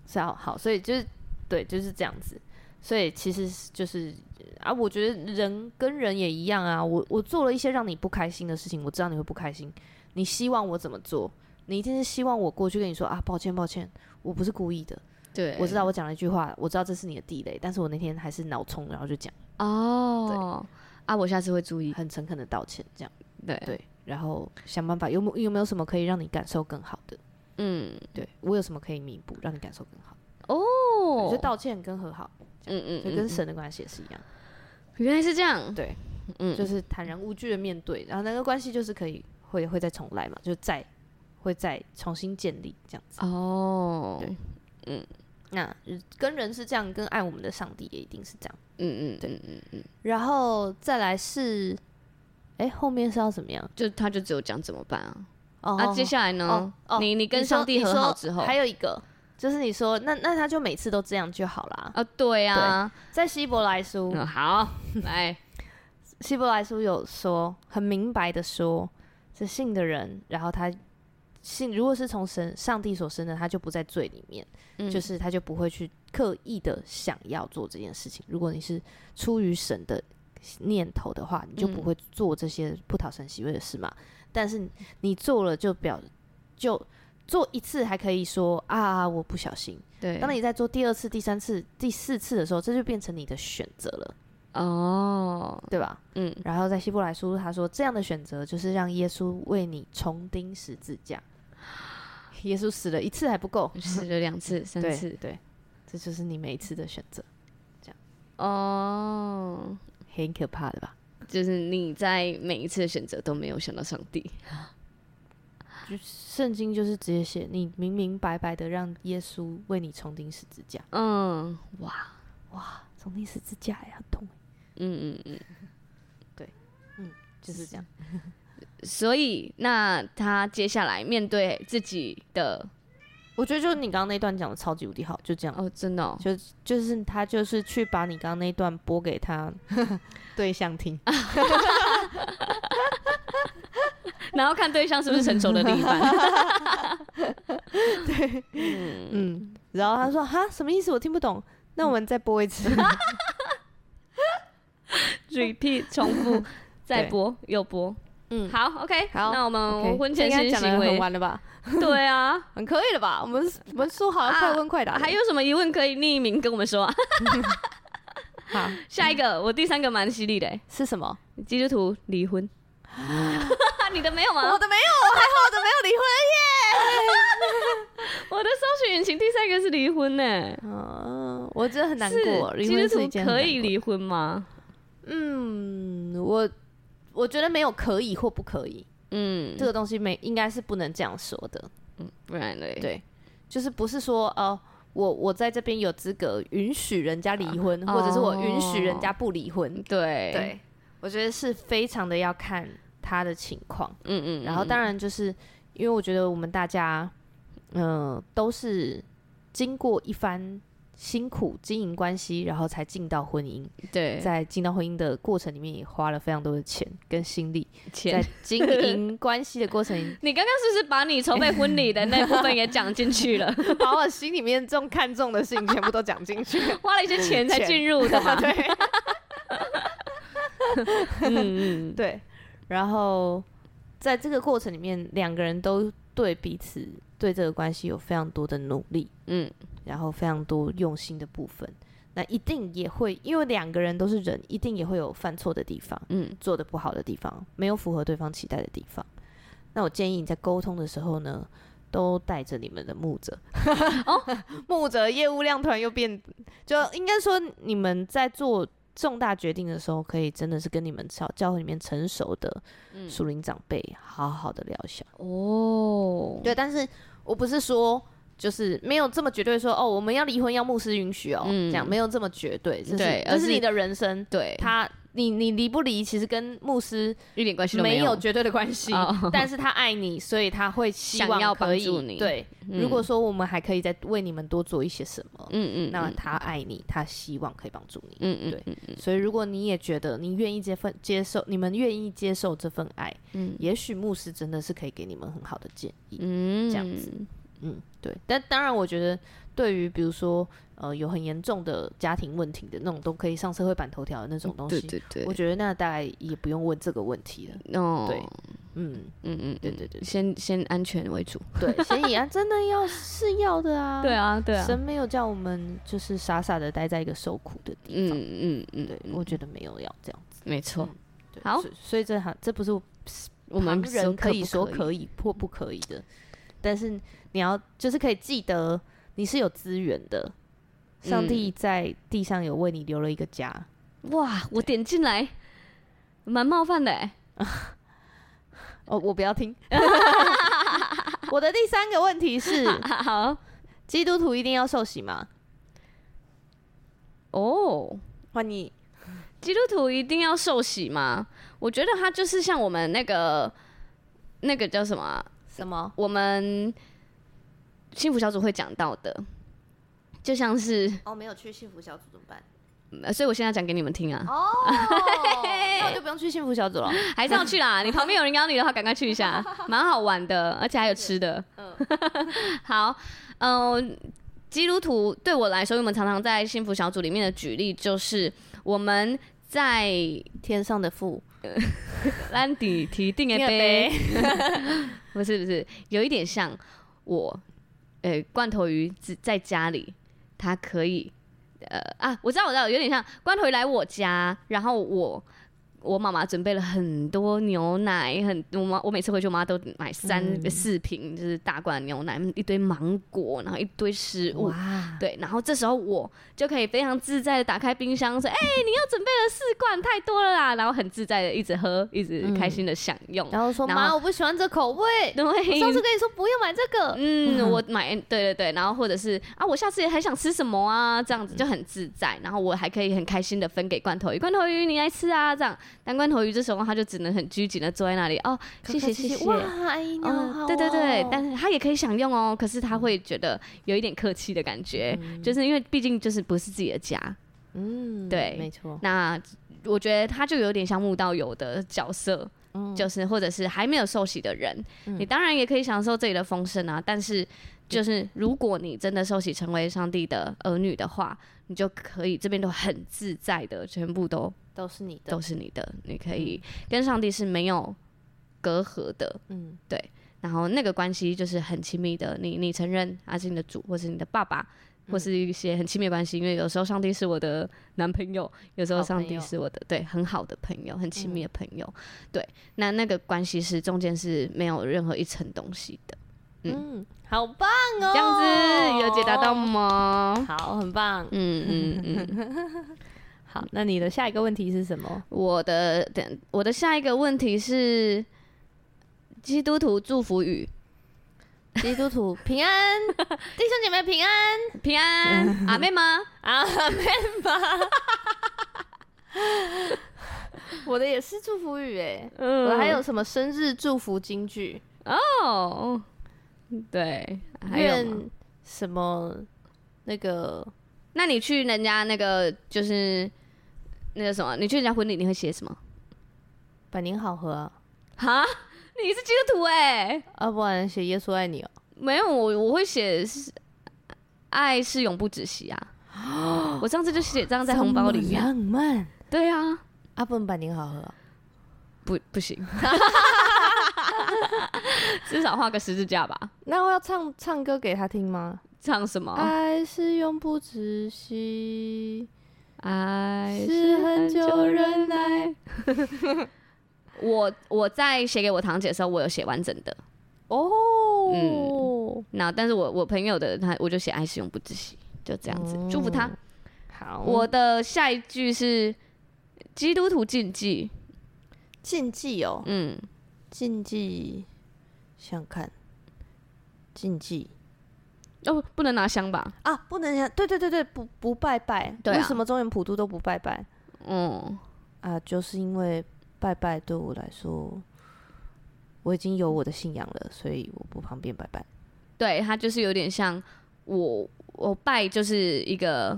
S1: 是啊，好，所以就是对，就是这样子，所以其实是就是啊，我觉得人跟人也一样啊，我我做了一些让你不开心的事情，我知道你会不开心，你希望我怎么做？你一定是希望我过去跟你说啊，抱歉抱歉，我不是故意的，
S2: 对，
S1: 我知道我讲了一句话，我知道这是你的地雷，但是我那天还是脑冲，然后就讲
S2: 哦，啊，我下次会注意，
S1: 很诚恳的道歉，这样
S2: 对，
S1: 对，然后想办法有没有有没有什么可以让你感受更好的？
S2: 嗯，
S1: 对我有什么可以弥补，让你感受更好？
S2: 哦
S1: 我觉得，道歉跟和好，
S2: 嗯嗯
S1: 就
S2: 嗯，
S1: 跟
S2: 嗯
S1: 神的关系也是一样，
S2: 原来是这样，
S1: 对，
S2: 嗯，
S1: 就是坦然无惧的面对，然后那个关系就是可以会会再重来嘛，就再会再重新建立这样子。
S2: 哦，
S1: 对
S2: 嗯
S1: 那跟人是这样，跟爱我们的上帝也一定是这样。
S2: 嗯嗯嗯，
S1: 然后再来是，哎，后面是要怎么样？
S2: 就他就只有讲怎么办啊？
S1: 哦，
S2: 啊，接下来
S1: 哦
S2: 呢
S1: 哦？
S2: 你你跟
S1: 说
S2: 上帝
S1: 你
S2: 和
S1: 说
S2: 好之后，
S1: 还有一个就是你说，那那他就每次都这样就好啦。
S2: 啊，对啊，
S1: 在希伯来书，
S2: 嗯，好， 来，
S1: 希伯来书有说很明白的说，这信的人，然后他信如果是从神上帝所生的，他就不在罪里面，
S2: 嗯
S1: 就是他就不会去刻意的想要做这件事情。如果你是出于神的念头的话，你就不
S2: 嗯
S1: 会做这些不讨神喜悦的事嘛。但是你做了就表就做一次还可以说啊我不小心，
S2: 对，
S1: 当你在做第二次、第三次、第四次的时候，这就变成你的选择了，
S2: 哦，
S1: 对吧？
S2: 嗯，
S1: 然后在希伯来书，他说这样的选择就是让耶稣为你重钉十字架。耶稣死了一次还不够，
S2: 试了两次、三
S1: 对
S2: 次，
S1: 对，这就是你每一次的选择，
S2: 哦，
S1: 很可怕的吧？
S2: 就是你在每一次的选择都没有想到上 帝，
S1: 就圣经就是直接写，你明明白白的让耶稣为你重钉十字架，
S2: 嗯，哇，
S1: 重钉十字架呀，痛，欸
S2: 嗯嗯嗯，
S1: 就是这样。嗯
S2: 所以那他接下来面对自己的，
S1: 我觉得就是你刚刚那段讲的超级无敌好，就这样，
S2: 哦，真的哦、
S1: 就就是他就是去把你刚刚那段播给他 对象听，
S2: 啊 然后看对象是不是成熟的另 一半，
S1: 嗯，然后他说哈什么意思？我听不懂。那我们再播一次。
S2: 嗯 ，repeat 重复， 再播又播，
S1: 嗯，
S2: 好，OK，
S1: 好
S2: 哦那我们
S1: OK，
S2: 婚
S1: 这
S2: 前
S1: 应该
S2: 性
S1: 讲得
S2: 行
S1: 很
S2: 为，
S1: 完了吧？
S2: 对啊，
S1: 很可以了吧？我们我们说好了
S2: 啊
S1: 快问快答的，
S2: 还有什么疑问可以匿名跟我们说啊？
S1: 好
S2: 下一个，我第三个蛮犀利的、欸，
S1: 是什么？
S2: 基督徒离婚。 你的没有吗？
S1: 嗯我的没有，还好我的没有离婚。
S2: 我的搜寻引擎第三个是离婚呢、
S1: 嗯，我真的很难
S2: 是
S1: 过，离婚是一
S2: 基
S1: 件
S2: 督徒
S1: 很
S2: 可
S1: 难
S2: 以
S1: 过。
S2: 离婚吗？
S1: 嗯，我我觉得没有可以或不可以，
S2: 嗯，
S1: 这个东西没应该是不能这样说的。
S2: 不然嘞，
S1: 对，就是不是说呃。我我在这边有资格允许人家离婚，或者是我允许人家不离婚。
S2: 对，
S1: 对，我觉得是非常的要看他的情况。
S2: 嗯嗯，
S1: 然后当然就是因呃为我觉得我们大家，嗯、都是经过一番辛苦经营关系，然后才进到婚姻，
S2: 对，
S1: 在进到婚姻的过程里面也花了非常多的钱跟心力，在
S2: 钱。
S1: 经营关系的过程，
S2: 你刚刚是不是把你筹备婚礼的那部分也讲进去了？
S1: 把我心里面这种看重的事情全部都讲进去，
S2: 花了一些钱才进入的嘛？
S1: 对
S2: 嗯嗯，
S1: 对，然后在这个过程里面，两个人都对彼此对这个关系有非常多的努力，
S2: 嗯，
S1: 然后非常多用心的部分。那一定也会，因为两个人都是人，一定也会有犯错的地方，
S2: 嗯，
S1: 做的不好的地方，没有符合对方期待的地方。那我建议你在沟通的时候呢，都带着你们的牧者。哦，牧者业务量突然又变，就应该说你们在做重大决定的时候，可以真的是跟你们教教会里面成熟的
S2: 嗯
S1: 属灵长辈好好的聊一下。
S2: 哦，
S1: 对，但是我不是说就是没有这么绝对说哦，我们要离婚要牧师允许哦，
S2: 嗯
S1: 这样没有这么绝对，这是
S2: 对而
S1: 这是
S2: 是
S1: 你的人生，
S2: 对，
S1: 他你你离不离其实跟牧师
S2: 一点关系都
S1: 没
S2: 有
S1: 有。绝对的关系
S2: 哦，
S1: 但是他爱你，所以他会希
S2: 想
S1: 望
S2: 要
S1: 可
S2: 帮
S1: 以
S2: 助你
S1: 对，
S2: 嗯
S1: 如果说我们还可以再为你们多做一些什么，
S2: 嗯嗯，
S1: 那
S2: 嗯
S1: 他爱你，他希望可以帮助你。
S2: 嗯嗯
S1: 对
S2: 嗯
S1: 所以，如果你也觉得你愿意接份接受，你们愿意接受这份爱，
S2: 嗯
S1: 也许牧师真的是可以给你们很好的建议。
S2: 嗯，
S1: 这样子嗯，对。但当然，我觉得对于比如说呃有很严重的家庭问题的那种，都可以上社会版头条的那种东西，
S2: 嗯对对对
S1: 我，觉得那大概也不用问这个问题了。
S2: 哦，
S1: 对嗯，
S2: 嗯嗯，
S1: 对对对
S2: 先先安全为主。
S1: 对，嫌疑啊，真的要是要的啊。
S2: 对。啊，对啊，
S1: 神没有叫我们就是傻傻的待在一个受苦的地方，
S2: 嗯嗯嗯，
S1: 对，我觉得没有要这样子。
S2: 没错，
S1: 对
S2: 好
S1: 所以所以这还这不是
S2: 我们
S1: 旁人可以说
S2: 可
S1: 可以或不可以的，但是你要就是可以记得你是有资源的，上
S2: 嗯
S1: 帝在地上有为你留了一个家，
S2: 以哇，我点进来蛮冒犯的欸，
S1: 哦，我不要 听。我的第三个问题 是：
S2: 好
S1: 基督徒一定要受洗吗？
S2: 哦。
S1: 换你，
S2: 基督徒一定要受洗吗？我觉得他就是像我们那个那个叫什么啊、
S1: 什么？
S2: 我们幸福小组会讲到的，就像是，
S1: 哦，没有去幸福小组怎么办？
S2: 呃所以我现在讲给你们听啊，
S1: 哦，那我 就不用去幸福小组了。
S2: 还是要去啦。你旁边有人邀你的话，赶快去一下，蛮好玩的，而且还有吃的。 好，嗯、基督徒对我来说，我们常常在幸福小组里面的举例就是我们在
S1: 天上的父，
S2: 兰迪提定的
S1: 定的
S2: 杯， 不是不是，有一点像我，呃、罐头鱼只在家里，它可以，呃啊，我知道我知道，有点像罐头鱼来我家，然后我。我妈妈准备了很多牛奶，很我妈我每次回去，我妈都买三、呃四瓶，就是大罐的牛奶，一堆芒果，然后一堆食物，
S1: 哇，
S2: 对，然后这时候我就可以非常自在的打开冰箱，说：“哎、你又准备了四罐，太多了啦！”然后很自在的一直喝，一直开心的享用。
S1: 然后说
S2: 然后
S1: 妈，我不喜欢这口味，嗯我上次
S2: 对，
S1: 跟你说不要买这个，
S2: 嗯，我买，对对对，然后或者是啊，我下次也很想吃什么啊，这样子就很自在。然后我还可以很开心的分给罐头鱼，罐头鱼你来吃啊，这样。但罐头鱼这时候他就只能很拘谨的坐在那里，哦，谢谢谢谢，
S1: 哇，阿姨你好
S2: 嗯，
S1: 好哦，嗯
S2: 对对对，但是他也可以享用哦，可是他会觉得有一点客气的感觉，就是因为毕竟就是不是自己的家。
S1: 嗯，
S2: 对
S1: 没错，
S2: 那我觉得他就有点像慕道友的角色，
S1: 嗯
S2: 就是或者是还没有受洗的人，你当然也可以享受这里的丰盛啊，但是。就是如果你真的受洗成为上帝的儿女的话，你就可以这边都很自在的，全部都
S1: 都是你的
S2: 都，是你的，你可以跟上帝是没有隔阂的，
S1: 嗯，
S2: 然后那个关系就是很亲密的，你你承认他是你的主，或是你的爸爸，
S1: 嗯
S2: 或是一些很亲密的关系。因为有时候上帝是我的男朋友，有时候
S1: 好朋
S2: 上
S1: 友嗯
S2: 帝是我的对很好的朋友，很亲密的朋友。对，那那个关系是中间是没有任何一层东西的，
S1: 嗯，好棒哦！
S2: 这样子有解答到吗？
S1: 好，很棒。
S2: 嗯嗯嗯，
S1: 好，那你的下一个问题是什么？
S2: 我的等我的下一个问题是基督徒祝福语。
S1: 基督徒平 安，弟兄姐妹平安
S2: 平安， 阿妹吗？
S1: 啊，妹吧。我的也是祝福语哎，
S2: 嗯
S1: 我还有什么生日祝福金句？
S2: 哦，对，还有吗
S1: 愿什么那个
S2: 那你去人家那个就是那个什么，你去人家婚礼你会写什么？
S1: 百年好合啊，
S2: 哈，你是基督徒哎、
S1: 啊不然写耶稣爱你哦，
S2: 没有我我会写是呃爱是永不止息 啊。我上次就写这样在红包里面。
S1: 浪漫，
S2: 对啊，
S1: 啊不能百年好合啊，
S2: 不不行， 至少画个十字架吧。
S1: 那我要唱唱歌给他听吗？
S2: 唱什么？
S1: 爱是永不止息，
S2: 爱
S1: 是很久忍耐。
S2: 我我在写给我堂姐的时候，我有写完整的，
S1: 哦，
S2: 那但是我我朋友的他我就写爱是永不止息，就这样子、祝福他。
S1: 哦好，
S2: 我的下一句是基督徒禁忌，
S1: 禁忌哦，
S2: 嗯，
S1: 禁忌，想看禁忌
S2: 哦不能拿香吧，
S1: 啊，不能想，对对对对，不不拜拜，
S2: 对啊
S1: 为什么中原普渡都不拜拜
S2: 嗯，
S1: 啊？就是因为拜拜对我来说，我已经有我的信仰了，所以我不方便拜拜。
S2: 对他就是有点像我我拜就是一个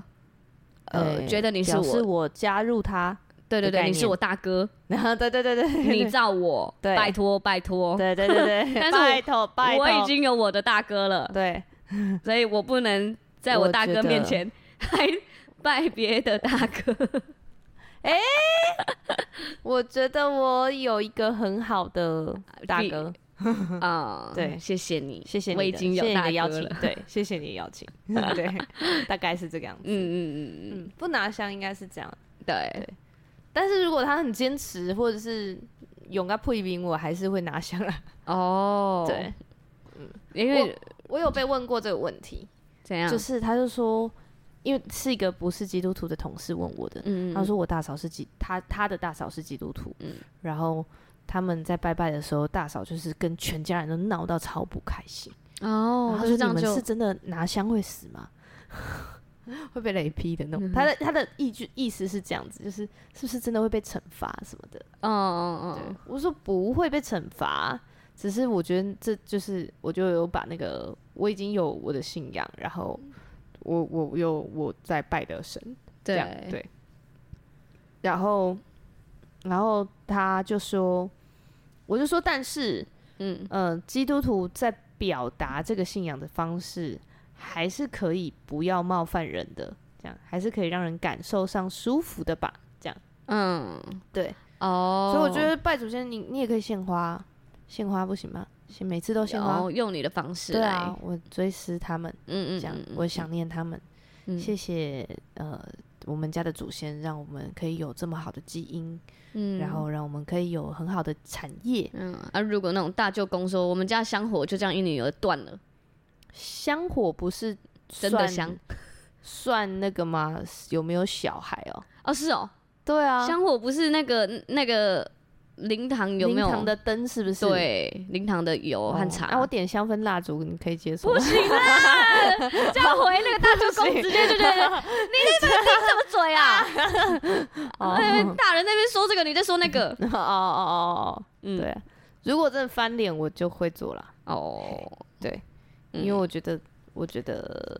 S2: 呃、
S1: 哎
S2: 觉得你是
S1: 表示
S2: 我，
S1: 我加入他，
S2: 对对
S1: 的概
S2: 对，你
S1: 念
S2: 是我大哥，
S1: 然后对对对 对，对
S2: 你造我，
S1: 对
S2: 拜托拜托，
S1: 对对对对，
S2: 但是我
S1: 拜托拜托，
S2: 我已经有我的大哥 了，
S1: 对
S2: 所以我不能在我大哥面前还拜别的大哥。
S1: 我觉得我有一个很好的大哥，
S2: 啊、
S1: 对
S2: 谢谢你，
S1: 谢谢你的，
S2: 我已经有
S1: 谢谢你
S2: 大
S1: 的
S2: 哥
S1: 邀
S2: 了。
S1: 请，对，谢谢你的邀 请， 对，大概是这个样子。
S2: 嗯嗯嗯
S1: 嗯，不拿香应该是这样，
S2: 嗯，对，
S1: 但是如果他很坚持，或者是勇敢批评，我还是会拿香啊。
S2: 哦，，
S1: 对，
S2: 因为
S1: 我有被问过这个问题，
S2: 怎样，
S1: 就是他就说，因为是一个不是基督徒的同事问我的，
S2: 嗯，
S1: 他说我大嫂是基，他他的大嫂是基督徒，
S2: 嗯
S1: 然后他们在拜拜的时候，大嫂就是跟全家人都闹到超不开心。然
S2: 哦
S1: 后，他
S2: 就
S1: 说
S2: 这样
S1: 你们
S2: 就是
S1: 真的拿香会死吗？ 会被雷劈的那种。
S2: 嗯
S1: 他的他的意句意思是这样子，就是是不是真的会被惩罚什么的？
S2: 嗯嗯
S1: 对
S2: 嗯，
S1: 我说不会被惩罚，只是我觉得这就是我就有把那个我已经有我的信仰，然后我我有我在拜的神，这样
S2: 对，
S1: 对。然后，然后他就说，我就说，但是，
S2: 嗯
S1: 呃，基督徒在表达这个信仰的方式，还是可以不要冒犯人的，这样还是可以让人感受上舒服的吧？这样，
S2: 嗯，
S1: 对。
S2: 哦，
S1: 所以我觉得拜祖先你，你也可以献花，献花不行吗？献每次都献
S2: 然
S1: 花
S2: 后，用你的方式
S1: 对
S2: 来，
S1: 啊，我追思他们，
S2: 嗯嗯，
S1: 这样
S2: 嗯嗯
S1: 我想念他们，
S2: 嗯
S1: 谢谢呃我们家的祖先，让我们可以有这么好的基因，
S2: 嗯
S1: 然后让我们可以有很好的产业。
S2: 嗯啊，如果那种大舅公说我们家香火就这样一女儿断了，
S1: 香火不是
S2: 真的
S1: 算
S2: 香
S1: 算那个吗？有没有小孩哦？
S2: 哦，是哦，
S1: 对啊，
S2: 香火不是那个那个灵堂有没
S1: 灵
S2: 有？
S1: 堂的灯是不是？
S2: 对，灵堂的油
S1: 哦，
S2: 和茶。
S1: 啊，我点香氛蜡烛，你可以接受吗？
S2: 不行 啊！这样回那个大舅公，直接就觉得你在这个顶什么嘴啊？
S1: 哦
S2: 哎大人那边说这个，你在说那个。
S1: 哦哦哦哦，
S2: 嗯，
S1: 对啊。如果真的翻脸，我就会做啦，
S2: 哦，
S1: 对，
S2: 嗯，
S1: 因为我觉得，我觉得，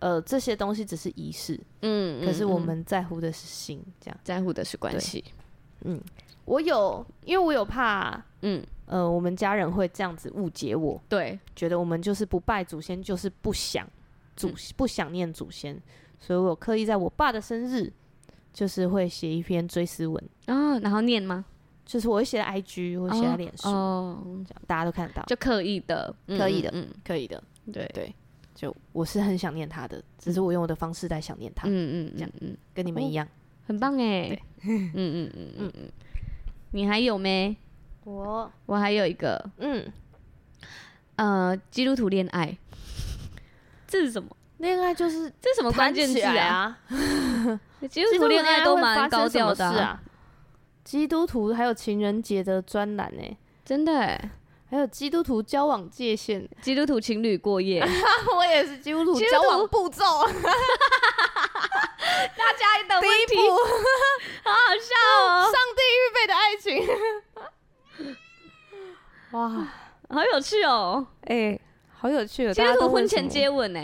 S1: 呃，这些东西只是仪式，
S2: 嗯，嗯
S1: 可是我
S2: 嗯
S1: 们在乎的是心，这样。
S2: 在乎的是关系。
S1: 我有，因为我有怕，
S2: 嗯，
S1: 呃，我们家人会这样子误解我，
S2: 对，
S1: 觉得我们就是不拜祖先，就是不想祖、不想念祖先，所以我有刻意在我爸的生日，就是会写一篇追思文，
S2: 哦，然后念吗？
S1: 就是我会写在 IG 或者写在
S2: 哦
S1: 脸书，
S2: 哦，
S1: 这样大家都看得到，
S2: 就刻意的，嗯
S1: 刻意的
S2: 嗯，
S1: 可以的。
S2: 嗯对，
S1: 对，就我是很想念他的，只是我用我的方式在想念他，
S2: 嗯嗯
S1: 这样
S2: 嗯嗯，
S1: 跟你们一样。
S2: 很棒哎，嗯嗯嗯嗯嗯，你还有没？
S1: 我
S2: 我还有一个，
S1: 嗯，
S2: 呃，基督徒恋 爱，这是什么？
S1: 恋爱就是
S2: 这是什么关键字
S1: 谈起来
S2: 啊？
S1: 啊，
S2: 基督徒恋爱都蛮高调的、
S1: 是，啊。基督徒还有情人节的专栏呢，
S2: 真的欸。
S1: 还有基督徒交往界限，
S2: 基督徒情侣过夜，
S1: 我也是基督徒
S2: 基督徒
S1: 交往步 骤
S2: 大家的
S1: 第
S2: 问
S1: 一
S2: 题
S1: 步，
S2: 好好笑哦、
S1: 上帝预备的爱情。 哇，
S2: 好有趣哦、
S1: 哎、好有趣哦！
S2: 基
S1: 大家
S2: 督
S1: 都
S2: 徒
S1: 问
S2: 婚
S1: 什
S2: 前
S1: 么
S2: 接吻呢、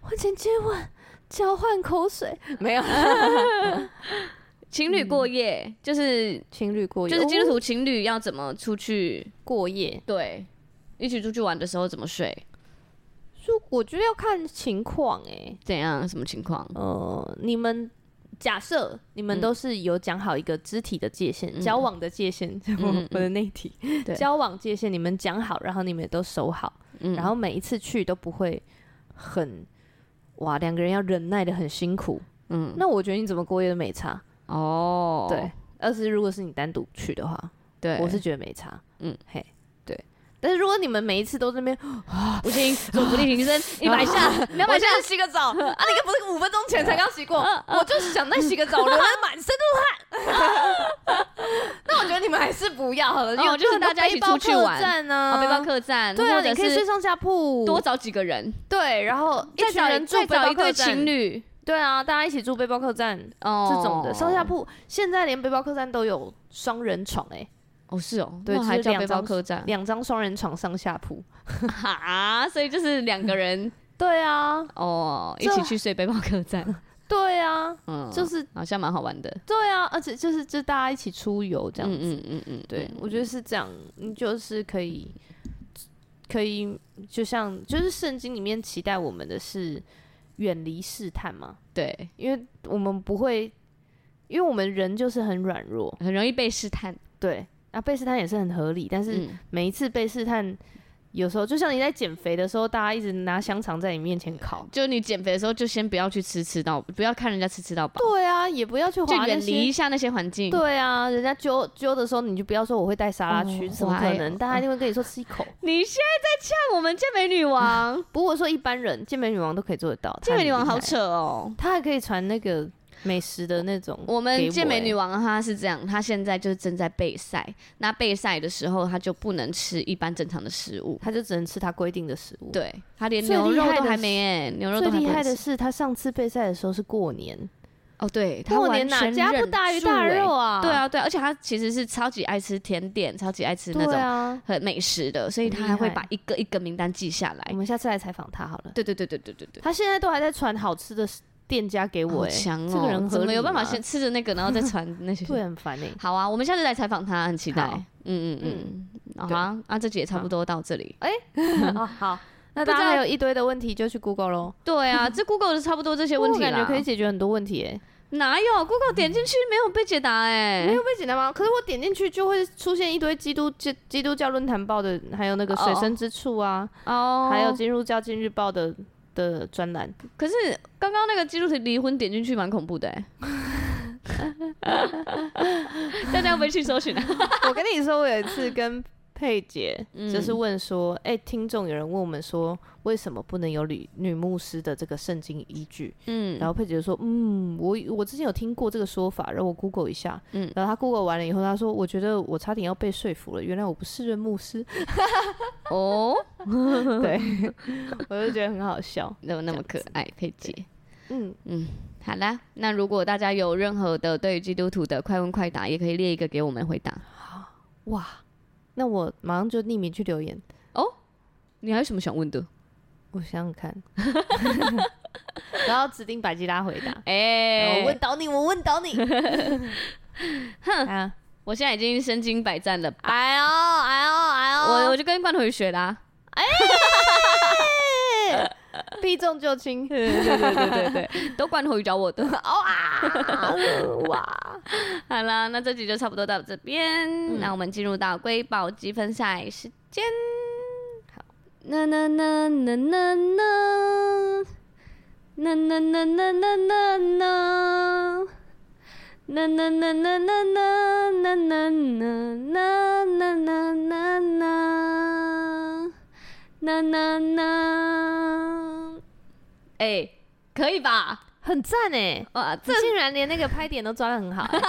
S1: 婚前接吻，
S3: 交换口水，
S1: 没有
S2: 情侣过夜、就是
S1: 情侣过夜，
S2: 就是基督
S1: 哦
S2: 徒情侣要怎么出去？
S1: 过夜，
S2: 对，一起出去玩的时候怎么睡？
S1: 就我觉得要看情况哎、
S2: 怎样？什么情况？
S1: 呃，你们假设你们
S2: 嗯
S1: 都是有讲好一个肢体的界限、
S2: 嗯
S1: 交往的界限，
S2: 嗯嗯
S1: 我的那 一题
S2: 对，
S1: 交往界限你们讲好，然后你们也都守好，
S2: 嗯，
S1: 然后每一次去都不会很哇，两个人要忍耐的很辛苦。
S2: 嗯，
S1: 那我觉得你怎么过夜都没差，
S2: 哦，
S1: 对。要是如果是你单独去的话，
S2: 对，
S1: 我是觉得没差，
S2: 嗯
S1: 嗯，嘿，对。但是如果你们每一次都在那边
S2: 不行，左不力平 身一百下，两
S1: 啊
S2: 百
S1: 我
S2: 下嗯
S1: 现，在洗个澡啊，你个不是五分钟前才刚洗过，我就是想再洗个 澡，流的满身都是汗。那我觉得你们还是不要好了，因为
S2: 哦就是大家一起出去玩
S1: 站呢，
S2: 啊，背包客栈，
S1: 对啊，
S2: 或者
S1: 你可以睡
S2: 是
S1: 上下铺，
S2: 多找几个人，
S1: 对，然后
S2: 再
S1: 一群
S2: 找
S1: 人住
S2: 再
S1: 背
S2: 找
S1: 包
S2: 一对
S1: 客栈
S2: 情，侣，
S1: 对啊，大家一起住背包客栈
S2: 哦，
S1: 这种的上下铺，现在连背包客栈都有双人床哎，
S2: 哦，是哦，
S1: 对
S2: 那还
S1: 就是
S2: 叫
S1: 两
S2: 背包
S1: 张
S2: 客栈
S1: 两张双人床上下铺，
S2: 啊？所以就是两个人
S1: 对啊，
S2: 哦，一
S1: 这
S2: 起去睡背包客 栈，
S1: 对啊，
S2: 嗯，
S1: 就是
S2: 好像蛮好玩的，
S1: 对啊，而且就是就大家一起出游这样
S2: 嗯
S1: 子。
S2: 嗯嗯嗯，
S1: 对
S2: 嗯，
S1: 我觉得是这样，你就是可以，可以，就像就是圣经里面期待我们的是远离试探嘛，
S2: 对，
S1: 因为我们不会，因为我们人就是很软弱，
S2: 很容易被试探，
S1: 对，那被试探也是很合理，但是
S2: 嗯，
S1: 每一次被试探，有时候就像你在减肥的时候，大家一直拿香肠在你面前烤，
S2: 就你减肥的时候，就先不要去吃吃到，不要看人家吃吃到饱，
S1: 对啊，也不要去
S2: 就
S1: 划
S2: 远
S1: 那些
S2: 离一下那些环境，
S1: 对啊，人家揪揪的时候，你就不要说我会带沙拉去，
S2: 哦
S1: 怎么
S2: 我还
S1: 可能？大家一定会跟你说吃一口。
S2: 你现在在呛我们健美女王，
S1: 不过说一般人健美女王都可以做得到，
S2: 健美女王好
S1: 扯，
S2: 扯哦。
S1: 她还可以传那个美食的那种。
S2: 我
S1: 嗯给
S2: 们
S1: 我
S2: 健美
S1: 欸
S2: 女王她是这样，她现在就是正在备赛。那备赛的时候，她就不能吃一般正常的食物，
S1: 她就只能吃她规定的食物。，
S2: 对，她连
S1: 最
S2: 牛
S1: 厉
S2: 肉
S1: 害
S2: 都
S1: 的
S2: 还
S1: 是
S2: 没哎，牛肉
S1: 最
S2: 都还
S1: 厉
S2: 不
S1: 害
S2: 能
S1: 的
S2: 吃。
S1: 是她上次备赛的时候是过年，
S2: 哦，对，她
S1: 过
S2: 完
S1: 年哪
S2: 全
S1: 家不
S2: 忍
S1: 大鱼
S2: 住
S1: 大
S2: 欸
S1: 肉啊？
S2: 对，啊，对啊，而且她其实是超级爱吃甜点，超级爱吃那
S1: 对
S2: 种
S1: 啊。
S2: 很美食的，所以
S1: 很
S2: 她
S1: 厉
S2: 还会
S1: 害嗯
S2: 把一个一个名单记下来
S1: 哎我。们下次来采访她好了。
S2: 对对对对对对对。
S1: 她现在都还在传好吃的店家给我，
S2: 好
S1: 哎，
S2: 强哦！
S1: 这个人
S2: 怎
S1: 合
S2: 么有
S1: 理
S2: 办法
S1: 吗
S2: 先吃着那个，然后再传 那些？
S1: 对，很烦哎。
S2: 好啊，我们下次来采访他，很期待
S1: 好。
S2: 嗯嗯嗯，好啊，啊，这集也差不多到这里。
S1: 哦，好，那
S2: 不
S1: 大
S2: 知
S1: 家
S2: 道
S1: 还有一堆的问题就去 Google 咯。
S2: 对啊，这 Google 的差不多这些 问
S1: 我
S2: 题
S1: 感觉
S2: 啦
S1: 可。以解决很多问题诶、哎
S2: 哪有 Google 点进去没有被解答？哎，
S1: 没有被简单吗？可是我点进去就会出现一堆基督基基督教论坛报的，还有那个水深之处啊，
S2: 哦，
S1: 还有，进入教今日报的的专栏。
S2: 可是刚刚那个基督徒离婚点进去蛮恐怖的 哎。大家要不要去搜寻啊？
S1: 我跟你说，我有一次跟佩姐
S2: 嗯
S1: 就是问说，哎、听众有人问我们说，为什么不能有女女牧师的这个圣经依据？
S2: 嗯
S1: 然后佩姐就说，嗯，我我之前有听过这个说法，然后我 Google 一下，
S2: 嗯
S1: 然后她 Google 完了以后，她说，我觉得我差点要被说服了，原来我不是任牧 师，
S2: 哦，
S1: 对，我就觉得很好笑，
S2: 怎么那么可爱，佩姐？
S1: 嗯。
S2: 好啦，那如果大家有任何的对于基督徒的快问快答，也可以列一个给我们回答。
S1: 哇，那我马上就匿名去留言，
S2: 你还有什么想问的？
S1: 我想想 看，然后指定百吉拉回答。
S2: 哎、
S1: 我问倒你，我问 倒你。哼啊！
S2: 我现在已经身经百战了，
S1: 哎呦哎呦哎
S2: 我
S1: 呦！
S2: 我就跟罐头鱼学啦。
S1: 我避重就轻。
S2: 对对对对对，都罐头鱼教我的。
S1: 啊哇！
S2: 好啦，那这集就差不多到这边，那我们进入到瑰宝积分赛时间。好，那那那那那那。那那那那那那那，那那那那那那那那那那那那那那那那，哎，可以吧？
S1: 很赞哎！
S2: 哇，这
S1: 这竟然连那个拍点都抓的很好欸，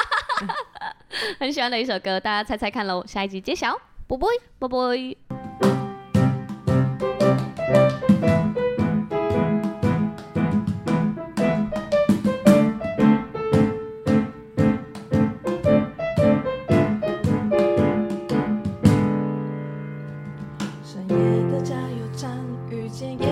S2: 很喜欢的一首歌，大家猜猜看喽，下一集揭晓，
S1: 波波
S2: 拜拜。
S4: 深夜的加油站遇见夜